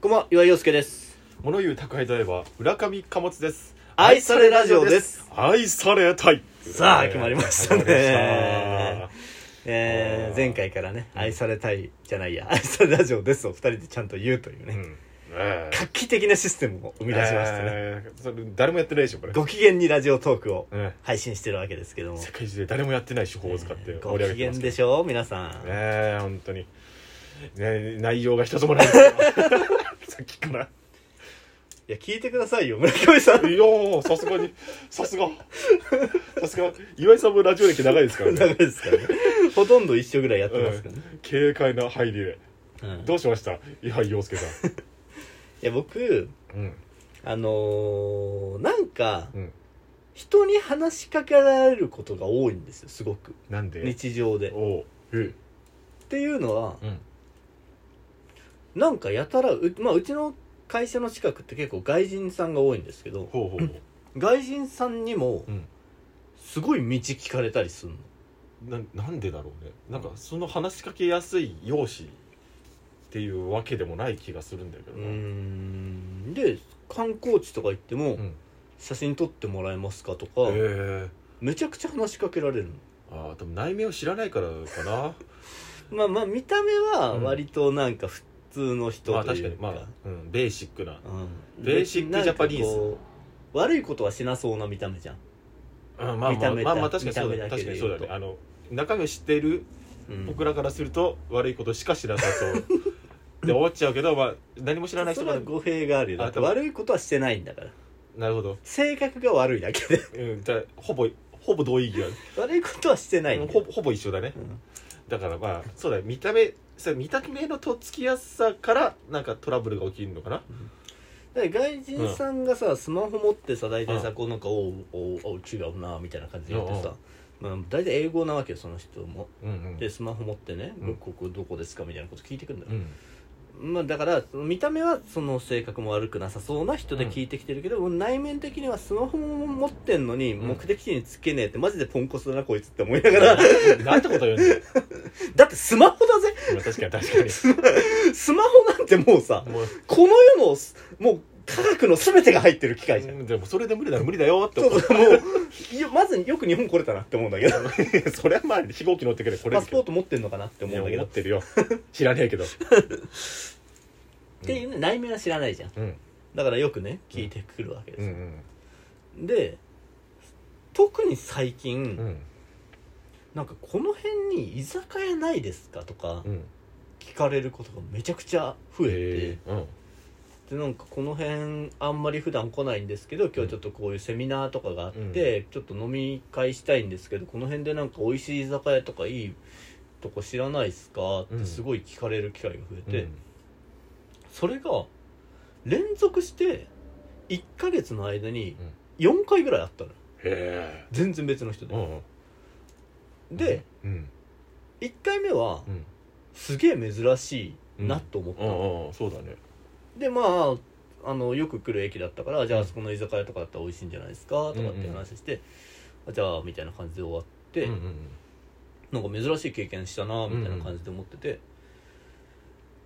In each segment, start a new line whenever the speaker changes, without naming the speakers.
こんばんは、岩井陽介です。
物言う宅配財は浦上貨物です
愛されラジオです
愛されたい
さあ決まりましたね
決まりました
えー、
あー
前回からね、愛されたいじゃないや、愛されラジオですを二人でちゃんと言うというね、
うんええ
画期的なシステムを生み出しましたね。
ええそれ誰もやってないでしょこれ、
ご機嫌にラジオトークを
え
配信してるわけですけど
え
も。
世界中で誰もやってない手法を使って盛
ご
り上げて
機嫌
ます
で
けど
しょう皆さん。
ねえ本当にね内容が一つも ないさっきから
いや、聞いてくださいよ、村上 さん。
いやーさすがにさすがさすが岩井さんもラジオ歴長いですから
長い
ね
ですからね。ほとんど一緒ぐらいやって
う
ますからね
ん。軽快な入りで
うん
どうしました岩井陽介さん
いや、僕、
うん
あのー、なんか、
うん
人に話しかけられることが多いんですよ、すごく。
なんで
日常で。
おうえ
っていうのは
うん
なんかやたらう,、まあ、うちの会社の近くって結構外人さんが多いんですけど
ほうほうほ
外人さんにも
ううん
すごい道聞かれたりするの
ななんでだろうねなんかその話しかけやすい容姿っていうわけでもない気がするんだけど
うー
な、
んで観光地とか行っても、
うん
写真撮ってもらえますかと
へ
か、
え
めちゃくちゃ話しかけられる
ああ多分内面を知らないからか な
のまあまあ見た目は割となんか普通の人
まあ
と
確
い
か
う
に
か,、
まあ、うん、ベーシックな
うん、
ベーシックジャパニーズ
なんかこう悪いことはしなそうな見た目じゃん、
うんまあ
見た
まあ
目
まあ、まあ、
だ
確かにそうだ
見
ね
た目だけ
確
で
か
言
にそ
うと
うだねあの中身を知っている
うん
僕らからすると悪いことしか知らなさ そうで終わっちゃうけど、まあ、何も知らない
そ
人
れ
が
は語弊があるよだって
あ多分
悪いことはしてないんだから
なるほど、
性格が悪いだけで
うん、じゃあほぼほぼ同意義がある
悪いことはしてないんだ
ほぼほぼ一緒だね
うん
だからまあそうだね見た目それ見た目のとっつきやすさからなんかトラブルが起きるのかな
だから外人さんがさ、スマホ持ってさ大体
う
さ、
ん
こうなんか「おうおうおう違うな」みたいな感じで言って
う
さ、まあ、大体英語なわけよその人も
うんうん
でスマホ持ってね「
うん
ここどこですか?」みたいなこと聞いてくるんだ
う
よ、
ん
まあ、だからその見た目はその性格も悪くなさそうな人で聞いてきてるけど、内面的にはスマホも持ってんのに
うん
目的地につけねえってマジでポンコツだなこいつって思いながら、
なんてこと言うんだよ
だってスマホだぜ
まあ確かに確か
スマホなんてもうさ
にもう
この世のすもう科学の全てが入ってる機械じゃん、
うんでもそれで無理だら無理だよって
そ
思
う
う
そうも ういやまずよく日本来れたなって思うんだけど
それはまあ飛行機乗ってくれこれ
パ
で
スポート持ってんのかなって思うんだけど
思
っ
ってるよ知らねえけど
ていうね内面は知らないじゃん
うん
だからよくね聞いてくるわけで
う
す
んう
よ、
ん
で特に最近、
うん
なんかこの辺に居酒屋ないですかとか
うん
聞かれることがめちゃくちゃ増え
へえうん
てでなんかこの辺あんまり普段来ないんですけど今日ちょっとこういうセミナーとかがあって、ちょっと飲み会したいんですけどこの辺でなんか美味しい居酒屋とかいいとこ知らないですかっ
う
て
ん
すごい聞かれる機会が増えて、
うん
それが連続して1ヶ月の間に
うん
4回ぐらいあったの
へえ
全然別の人
う
で、
んうん
で
うん
1回目は
うん
すげえ珍しいなと思った
う
の、
んうんそうだね
でまああのよく来る駅だったからじゃああそこの居酒屋とかだったら美味しいんじゃないですかとかって話して、あじゃあみたいな感じで終わって、
うんうん
なんか珍しい経験したなみたいな感じで思ってて、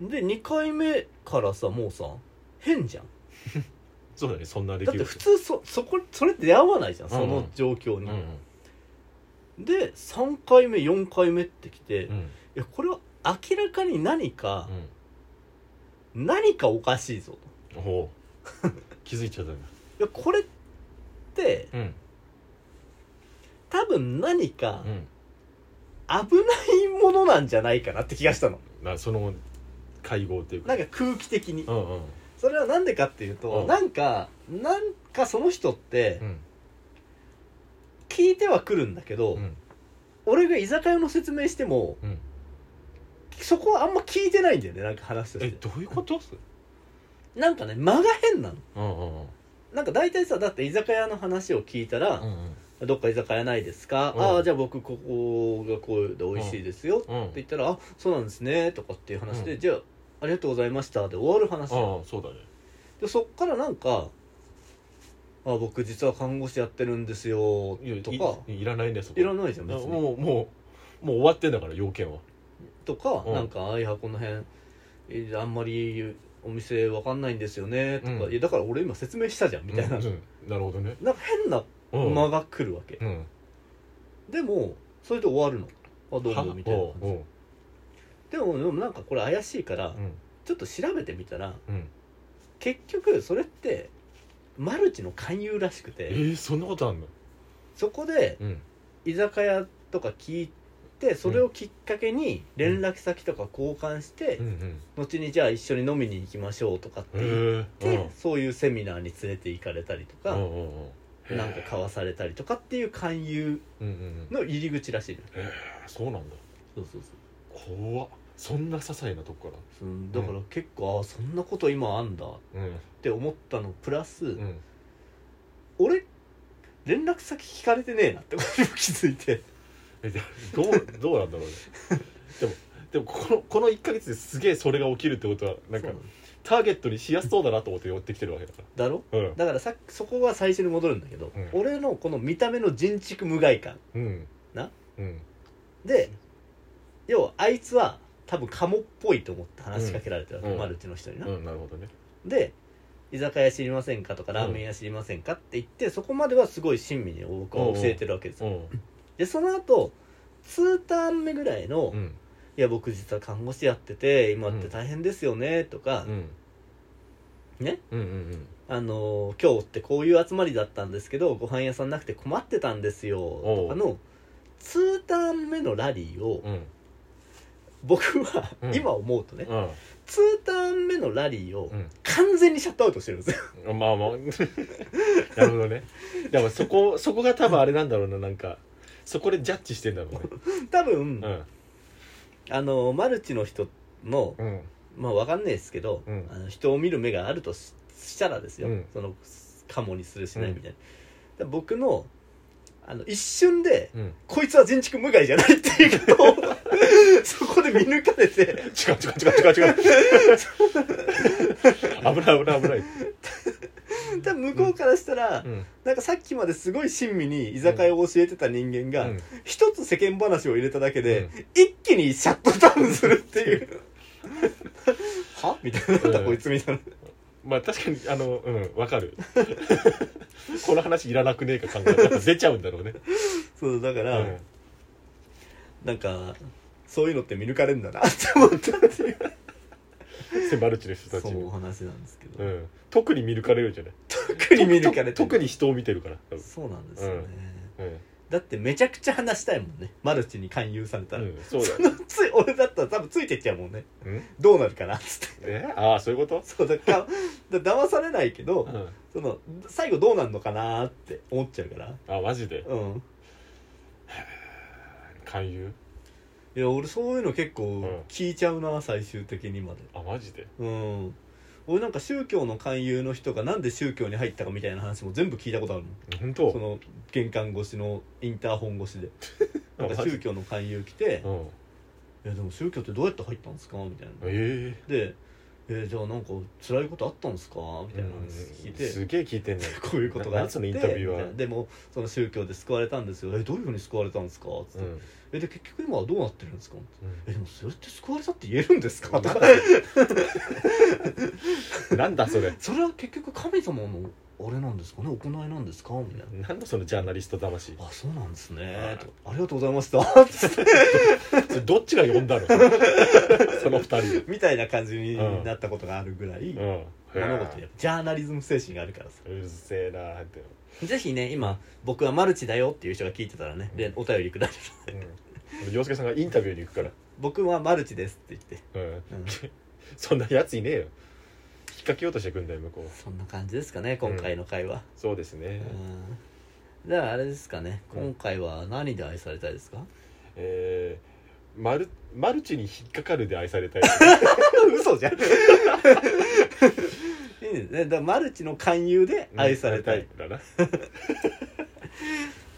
で2回目からさもうさ変じゃん
そうだねそんな出来
だっ
事
て普通そそこそれ出会わないじゃん
うんう
そ
ん
の状況
う
に、
んうん
で3回目4回目ってきて、
う
い
ん
やこれは明らかに何か
う、ん
何かおかしいぞと
おお 気づいちゃったんだ
いやこれって
うん
多分何か、
うん
危ないものなんじゃないかなって気がしたの
なその会合っていうか
なんか空気的に
うんうん
それはなんでかっていうと、
うん
なんかなんかその人って
うん
聞いては来るんだけど、
うん
俺が居酒屋の説明しても
うん
そこはあんま聞いてないんだよねなんか話と
え
して
どういうこと
なんかね間が変なの
うんうんうん
なんか大体さだって居酒屋の話を聞いたら
う、ん
どっか居酒屋ないですか、
うん
ああじゃあ僕ここがこうで美味しいですよって
うんうん
言ったら、あそうなんですねとかっていう話で、
うん
じゃあありがとうございましたで終わる話じゃん
ああそうだね
でそっからなんか「あ僕実は看護師やってるんですよ」
いやい
とか
いいらないねそこ
いらないじゃん別
もう
に
もうもう終わってんだから要件は
とか
うん
なんか「あいやこの辺えあんまりお店わかんないんですよね」とか、
うん
いやだから俺今説明したじゃん」みたいな、
うんうんなるほどね
なんか変な
うん
間が来るわけ、
うん
でもそれで終わるの「あどう
は
も」みたいな
おう
感じでもでもなんかこれ怪しいから、
おううん
ちょっと調べてみたら
うん
結局それってマルチの勧誘らしく
え
て
ー、そんなことあんの
そこで
うん
居酒屋とか聞いてそれをきっかけに連絡先とか交換して、
うんうん
後にじゃあ一緒に飲みに行きましょうとかって
へ
言っ
え
て、そういうセミナーに連れて行かれたりと
うんう
か、
んうんうん
なんか買わされたりとかっていう勧誘
うんうんうん
の入り口らしいの
そうなんだ
そうそう
怖っそんな些細なとこか
そううんだから結構、ああそんなこと今あんだっ
らうん
て思ったのプラス、
うん
俺連絡先聞かれてねえなってことにも気づいて
えでどうどうなんだろうねでもでもこのこの1か月ですげえそれが起きるってことはなんか
そう
ターゲットにしやすそうだなと思って寄ってきてるわけだか
だろ
らうん
だからさそこは最初に戻るんだけど、
うん
俺のこの見た目の人畜無害感
うん
な
うん
で要はあいつは多分カモっぽいと思って話しかけられてるわけ、
うん
マルチの人にな、
うんなるほどね
で居酒屋知りませんかとか
うん
ラーメン屋知りませんかって言ってそこまではすごい親身に僕は教えてるわけです
う
よ、
ん
でその後2ターン目ぐらいの「
う
い
ん
や僕実は看護師やってて今って大変ですよね」とか、
うん
ね
うんうん
あのー今日ってこういう集まりだったんですけどご飯屋さんなくて困ってたんですよ」とかの2ターン目のラリーを
うんうん
僕は
うん
今思うとね
うん
2ターン目のラリーを
うん
完全にシャットアウトしてるんですよ
まあまあ なるほどねでもそこそこが多分あれなんだろうななんかそこでジャッジしてんだろうね
多分、
うん
あのーマルチの人の
うん
まあわかんないですけど、
うん
あの人を見る目があるとししたらですよ、
うん
そのカモにするしないみたいな、だから僕のあの一瞬で
うん
こいつは人畜無害じゃないっていうことを そこで見抜かれて
違う違う違う違う違う 危ない危ない危ない、
多分向こうからしたら、
うん
なんかさっきまですごい親身に居酒屋を教えてた人間が、
うん
一つ世間話を入れただけで、
うん
一気にシャットダウンするっていう はみたいな、なんだこいつみたいな
まあ確かにあのうんわかる この話いらなくねえか考えたら出ちゃうんだろうね、
そうだか
う
ら、
ん、
なんかそういうのって見抜かれるんだなって思ったっていう
セマルチの人たち
そうお
も、
話なんですけど、
うん、特に見抜かれるじゃない
特に見抜かれてる
特に人を見てるから、多分
そうなんですよね、
うん
だってめちゃくちゃ話したいもんねマルチに勧誘されたら、
うん、そうだ
そのつい俺だったら多分ついてっちゃうもんね
うん
どうなるかなっつって
えああそういうこと、
そうだから だから騙されないけど、
うん、
その最後どうなるのかなーって思っちゃうから
あマジで
うん
勧誘
いや俺そういうの結
ん
構聞いちゃうな、最終的にまで
あマジで
うん俺なんか宗教の勧誘の人がなんで宗教に入ったかみたいな話も全部聞いたことあるもん
本当
その玄関越しのインターホン越しで
あ
なんか宗教の勧誘来て
うん
「いやでも宗教ってどうやって入ったんですか?」みたいな
え
で「えーじゃあなんか辛いことあったんですか?」み
え
たいな話聞いて、
すげえ聞いてんね
こういうことがあって
何そのインタビューは
みたいなでもその宗教で救われたんですよ「えどういうふうに救われたんですか?」つって、
うん
えで結局今はどうなってるんですか?」
うん
えでもそれって救われたって言えるんですか?」とか
なんだそれ
「それは結局神様のあれなんですかね行いなんですか?」みたい
なんだそのジャーナリスト魂
な「あそうなんです
は
ね
い」
と「ありがとうございま した」つって
それどっちが呼んだの その二人
みたいな感じになったことがあるぐらい、
うん
物事にやっぱジャーナリズム精神があるからさ
うるせえなって、
ぜひね今僕はマルチだよっていう人が聞いてたらねでお便りください
うん、洋介さんがインタビューに行くから、
僕はマルチですって言っ
う
て、
ん、
うん、
そんなやついねえよ引っ掛けようとしてくんだよ向こう
そんな感じですかね今回の会話、
そうです
う
ね、
んじゃああれですかね
うん
今回は何で愛されたいですか
えーマルマルチに引っかかるで愛されたい
嘘じゃん いいですねだからマルチの勧誘で 愛されたい、
だな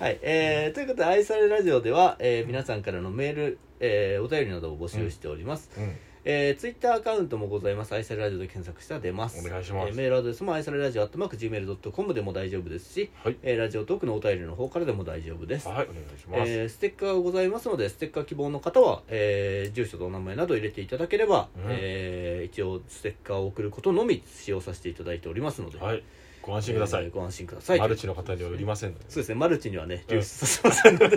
はい、えーということで「愛されラジオ」では、えー皆さんからのメール、えーお便りなどを募集しております、
う
えー、ツイッターアカウントもございます。愛されラジオで検索したら出ます。
お願いします
えーメールアドレスも愛されラジオ、アットマーク、gmail.com でも大丈夫ですし、
はい
えーラジオトークのお便りの方からでも大丈夫です。
はいお願いします、
えーステッカーがございますのでステッカー希望の方は、えー住所とお名前など入れていただければ、
うん
えー一応ステッカーを送ることのみ使用させていただいておりますので、
はいご安心ください、
えーご安心ください
マルチの方には売りませんので
そうですねマルチにはね
うん
流出させませんので、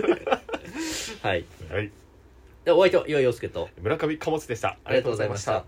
はい
はい
でお相手は岩井陽介と
村上貨物でした
ありがとうございました